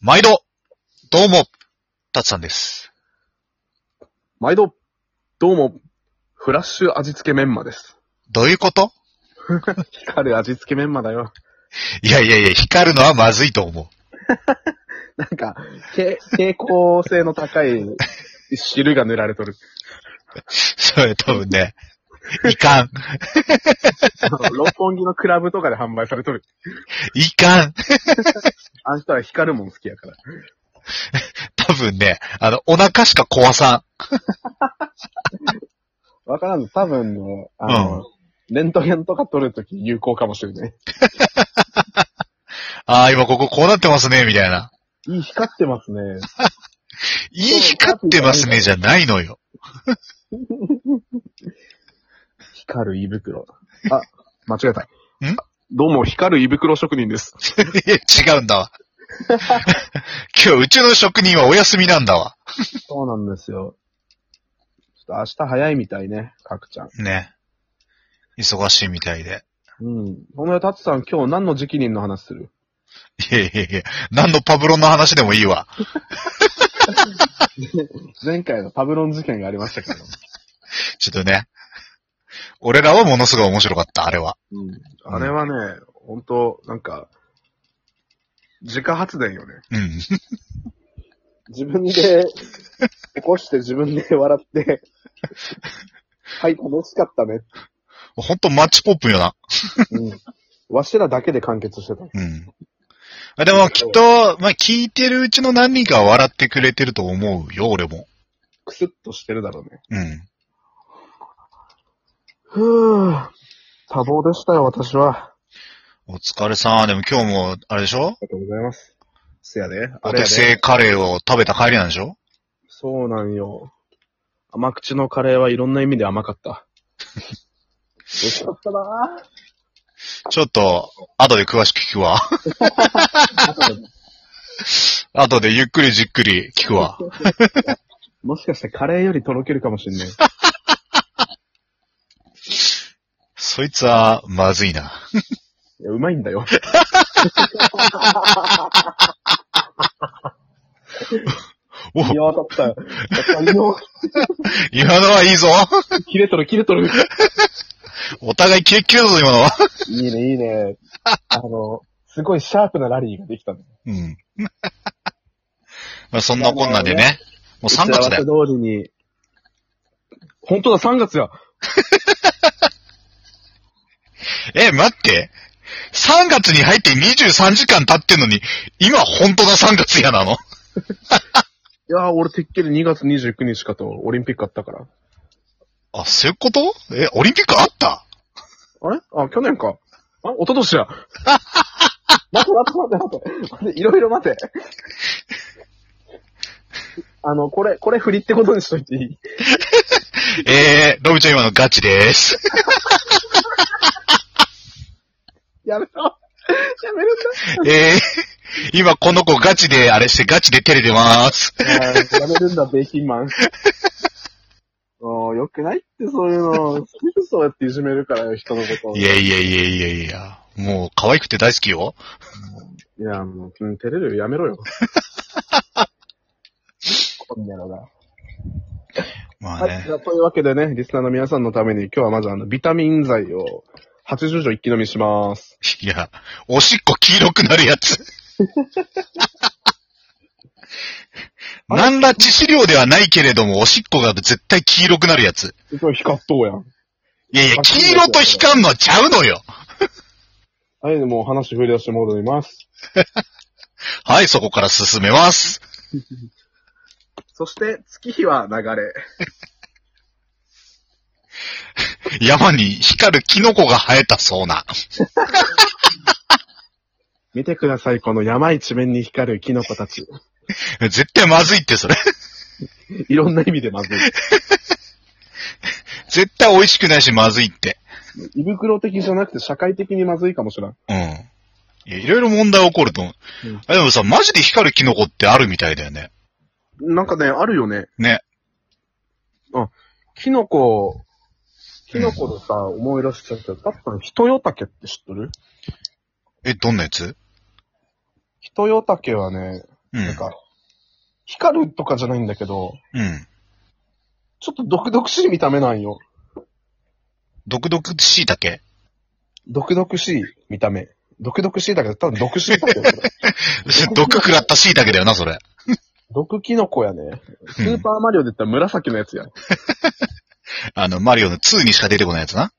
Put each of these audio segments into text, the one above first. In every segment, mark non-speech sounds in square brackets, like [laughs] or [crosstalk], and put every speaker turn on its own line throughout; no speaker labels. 毎度、どうも、たつさんです。
毎度、どうも、フラッシュ味付けメンマです。
どういうこと
光る味付けメンマだよ。 [laughs]
いやいやいや、光るのはまずいと思う。 [laughs]
なんか、け蛍光性の高い汁が塗られとる。
それ多分ね、いかん、
あの [laughs] 六本木のクラブとかで販売されとる。
いかん。
あの人は光るもん好きやから。
多分ね、あの、お腹しか壊さ
わからんの、多分ね、あの、レントゲンとか撮るとき有効かもしれない。
ん。ああ、今こここうなってますね、みたいな。
いい光ってますね。
いい光ってますね、じゃないのよ。 [laughs]
光る胃袋。あ、間違えた。
ん
どうも、光る胃袋職人です。
いや違うんだわ。 [laughs] 今日、うちの職人はお休みなんだわ。
そうなんですよ。ちょっと明日早いみたいね、かくちゃん。
ね。忙しいみたいで。
うん。お前、タツさん、今日何の直任の話する
いやいやいや、何のパブロンの話でもいいわ。
前回のパブロン事件がありましたけど。
ちょっとね。俺らはものすごい面白かった、あれは。
うん。あれはね、ほんと、なんか、自家発電よね。
うん。
自分で、起こして自分で笑って、はい、楽しかったね。
ほんとマッチポップよな。
うん。わしらだけで完結してた。
うん。あでもきっと、まあ、聞いてるうちの何人かは笑ってくれてると思うよ、俺も。
くすっとしてるだろうね。
うん。
ふぅ、多忙でしたよ、私は。
お疲れさん。でも今日も、あれでしょ
ありがとうございます。せやで、
お
あれ
手
や
製
で。
カレーを食べた帰りなんでしょ
そうなんよ。甘口のカレーはいろんな意味で甘かった。美味しかったなぁ。
ちょっと、後で詳しく聞くわ。後でゆっくりじっくり聞くわ。
もしかしてカレーよりとろけるかもしん [laughs] ない。
そいつは、まずいな。
いやうまいん [laughs] だよ。
お
いや、当たった。あの
今のはいいぞ。
切れとる、切れとる。
お互いキレッキレだぞ、今のは。
いいね、いいね。あの、すごいシャープなラリーができたね。
うん。まあ、そんなこんなでね。もう3
打ち合わ
月
せ
だ
通
よ。
りに。本当だ、3月や。
え、待って。3月に入って23時間経ってんのに、今本当の3月やなの
いやー、俺てっきり2月29日かとオリンピックあったから。
あ、そういうことえ、オリンピックあった
あれあ、去年か。あ、一昨
[laughs]
年や。待て待て待て待て。待ていろいろ待て。あの、これ、これ振りってことにしといていい
えー、ロビちゃん今のガチでーす。
やめろ。やめる
えー、今この子ガチであれしてガチで照れてまーす。
んだ。やめるんだ、ベーキンマン。もう、よくないって、そういうの。すぐそうやっていじめるからよ、人のことを。
いやいやいやいやいや。もう可愛くて大好きよ。
いや、もう、うん、照れるよ、やめろ
[laughs]
よ。こんなのが。
まあ
はい。
ね
じ。ゃあというわけでね、リスナーの皆さんのために、今日はまずあの、ビタミン剤を80錠一気飲みします。
いや、おしっこ黄色くなるや
[laughs]
つ。何ら致死量ではないけれども、おしっこが絶対黄色くなるやつ。
すごい光っとうやん。
いやいや、黄色と光るのちゃうのよ。
はい、でもう話振り出して戻ります。
はい、そこから進めます。
そして、月日は流れ。
山に光るキノコが生えたそうな。
見てください、この山一面に光るキノコたち。
絶対まずいって、それ。
いろんな意味でまずい。
絶対美味しくないし、まずいって。
胃袋的じゃなくて社会的にまずいかもしれん。
うん。いや、いろいろ問題起こると思う
うん。
あでもさ、マジで光るキノコってあるみたいだよね。
なんかね、あるよね。
ね。
あ、キノコ、キノコでさ、思い出しちゃった。たったのヒトヨタケって知ってる
え、どんなやつ
ヒトヨタケはね、
うん。
なんか、光るとかじゃないんだけど、
うん。
ちょっと毒々しい見た目なんよ。
毒々しいだけ
毒々しい見た目。毒々しいだけど、多分毒しいだけど、それ
[laughs] 毒食らったしいだけだよな、それ。
毒キノコやね。
スーパーマリオで言ったら紫のやつやん。
あの、マリオの2にしか出てこないやつな。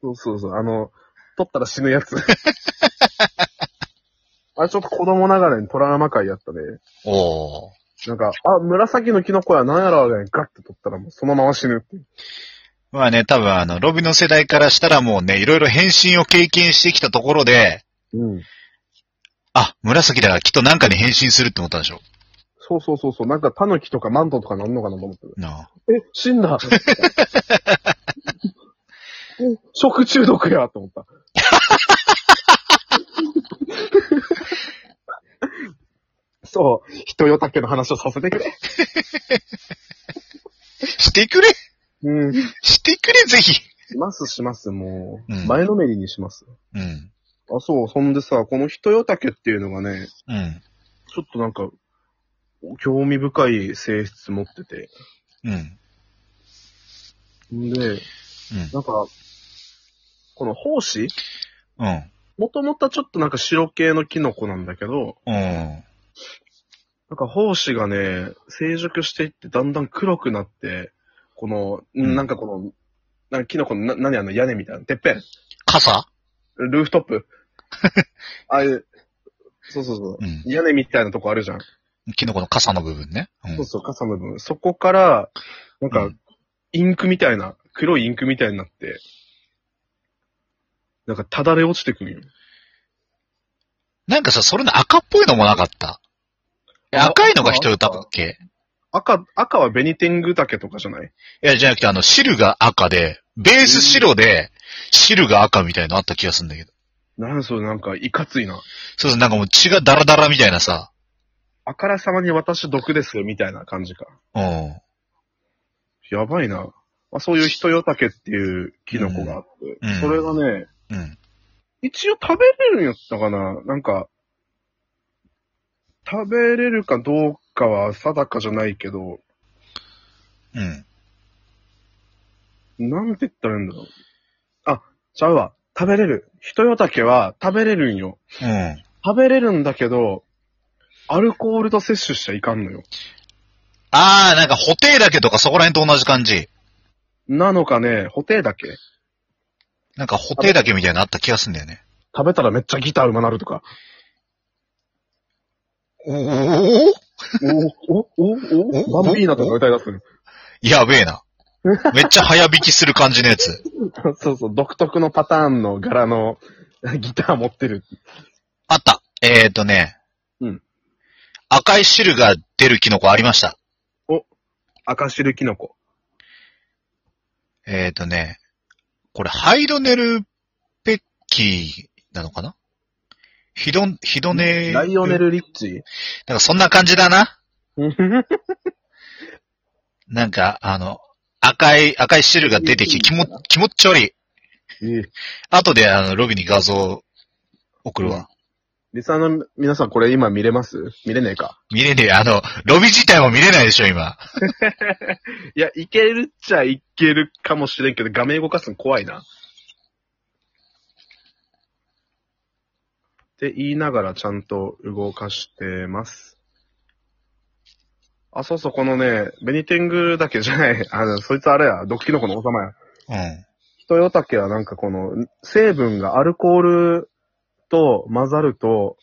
そうそうそう、あの、取ったら死ぬや
[laughs]
つ。
あれちょっと子供ながらにトラウマ界やったね。
おー。
なんか、あ、紫のキノコや、なんやろうね、ガッて取ったらもうそのまま死ぬっていう。
まあね、多分あの、ロビの世代からしたらもうね、いろいろ変身を経験してきたところで、
うん。
あ、紫だからきっとなんかに変身するって思ったんでしょ。
そうそうそうそう、なんかタヌキとかマントとかなんのかなと思ってる。
なあ
え、死んだえ食中毒やと思った。そう、人よたけの話をさせてくれ。
してくれ
うん。
してくれ、ぜひ
しますします、もう。
うん
前のめりにします。
うん。
あ、そう、そんでさ、この人よたけっていうのがね、
うん。
ちょっとなんか、興味深い性質持ってて。
うん。
んで、
うん
なんか、この胞子
うん。
もともとはちょっとなんか白系のキノコなんだけど、
うん。
なんか胞子がね、成熟していってだんだん黒くなって、この、
ん
なんかこの、なんかキノコのな、何あの屋根みたいな、てっぺん
傘
ルーフト
[laughs]
ップあれ、そうそうそう。
うん。
屋根みたいなとこあるじゃん。
キノコの傘の部分ね。うん
そうそう、傘の部分。そこから、な
う
んか
ん、
インクみたいな、黒いインクみたいになって、なんか、ただれ落ちてくるよ。
なんかさ、それの赤っぽいのもなかった。え
あ
赤いのが人歌だっけ
赤、赤はベニテングタケとかじゃない
いや、じゃなくて、あの、汁が赤で、ベース白で、汁が赤みたいのあった気がするんだけど。
なんそれ、なんか、いかついな。
そうそう、なんかもう血がダラダラみたいなさ。
あからさまに私毒ですよ、みたいな感じか。
うん。
やばいな。まあ、そういう人よたけっていうキノコがあって、
うん
それがね、
うん。
一応食べれるんやったかななんか、食べれるかどうかは定かじゃないけど、
うん。
なんて言ったらいいんだろう。あ、ちゃうわ。食べれる。人よたけは食べれるんよ。
うん。
食べれるんだけど、アルコールと摂取しちゃいかんのよ。
あー、なんか、ホテイだけとかそこら辺と同じ感じ。
なのかね、ホテイだけ。
なんか、ホテイだけみたいなのあった気がするんだよね。
食べたらめっちゃギターうまなるとか。
おお
お、お、お、お、バンビーナとか歌い出すの。
やべえな。めっちゃ早引きする感じのやつ。
[laughs] そうそう、独特のパターンの柄の [laughs] ギター持ってる。
あった。えーとね。
うん。
赤い汁が出るキノコありました。
赤汁キノコ。
えーとね。これ、ハイドネルペッキーなのかなヒドン、ヒドネ
ライオネ。ル・リッチ
なんかそんな感じだな。
ー
なんか、あの、赤い、赤い汁が出てきて、気も、気持ち悪い。
いい
後で、あの、ロビに画像送るわ。
リサの皆さんこれ今見れます見れねえか。
見れねえ。あの、ロビ自体も見れないでしょ、今。
いや、いけるっちゃいけるかもしれんけど、画面動かすの怖いな。って言いながらちゃんと動かしてます。あ、そうそう、このね、ベニテングだけじゃない。あの、そいつあれや、毒キノコの王様や。
うん。
人よたけはなんかこの、成分がアルコールと混ざると、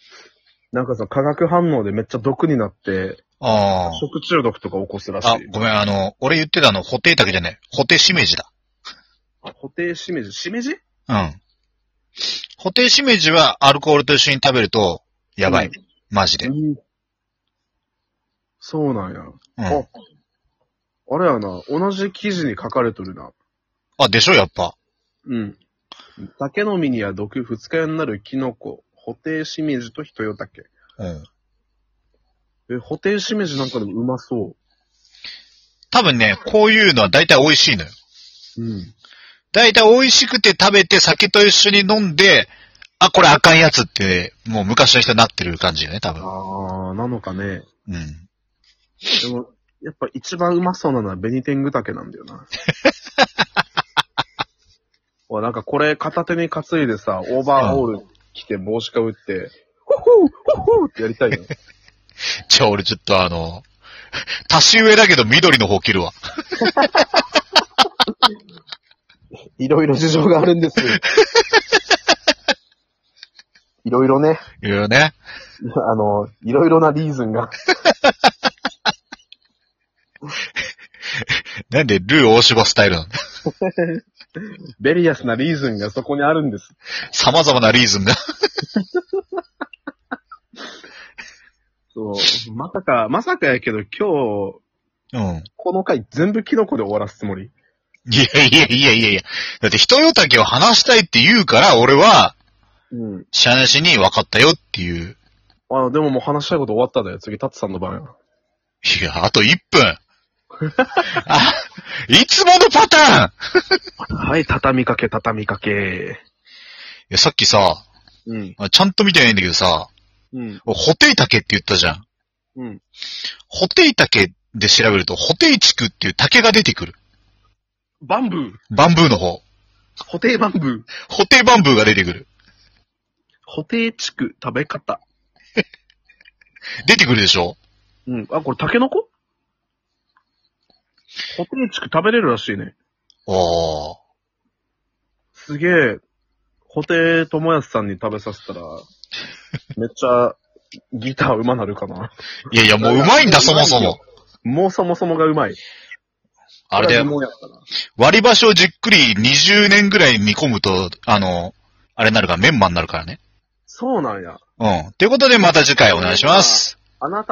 なんかその化学反応でめっちゃ毒になって、
あー
食中毒とか起こすらし
あ
い。。
ごめん、あの、俺言ってたの、ホテイタケじゃない。ホテイシメジだ。
固定しめじ、しめじ
うん。ホテイシメジはアルコールと一緒に食べると、やばい。マジで。うん。
うんそうなんや。ああれやな、同じ記事に書かれとるな。
あ、でしょ、やっぱ。
うん。竹の実には毒二日酔いになるキノコ、ホテイシメジとヒトヨタケ。
うん。
え、ホテイシメジなんかでもうまそ
多分ね、こういうのは大体美味しいのよ。
う。うん。
大体美味しくて食べて酒と一緒に飲んで、あ、これあかんやつって、もう昔の人になってる感じよね、多分。
あー、なのかね。
うん。
でも、やっぱ一番うまそうなのはベニテングタケなんだよ [laughs] な。おいなんかこれ片手に担いでさ、オーバーオール着て帽子かぶって、ホホーホホーってやりたいよ。
じゃあ俺ちょっとあの、 [laughs] 足上だけど緑の方切るわ。
いろいろ事情があるん
[laughs]
です。いろいろね、
いろいろね。
あの、いろいろなリーズンが。
なんでルー大芝スタイルなんだ。
ベリアスなリーズンがそこにあるんです。
様々なリーズンが。
そう。まさか、まさかやけど今日、
うん。
この回全部キノコで終わらすつもり。
いやいやいやいやいや。だって人よたけを話したいって言うから、俺は、
うん。
しゃなしに分かったよっていう。
あ、でももう話したいこと終わったんだよ。次、タツさんの番や。
いや、あと1分。あ、いつものパターン
はい、畳みかけ、畳みかけ。
いや、さっきさ、
うん。
ちゃんと見てないんだけどさ、
うん。
ホテイタケって言ったじゃん。
うん。
ホテイタケで調べると、ホテイチクっていう竹が出てくる。
バンブー。
バンブーの方。
固定バンブー。
ホテイバンブーが出てくる。
固定地区食べ方。
出てくるでしょ
うん。あ、これタケノコ固定地区食べれるらしいね。
ああ。
すげえ、固定友康さんに食べ
[laughs]
させたら、めっちゃギター上手なるかな。
いやいや、もううまいんだ、そもそも。
もうそもそもが上手い。
あれだよ。
こは疑問やったな
割り箸をじっくり20年ぐらい煮込むと、あの、あれになるから、メンマになるからね。
そうなんや。
うん。ということで、また次回お願いします。
あなた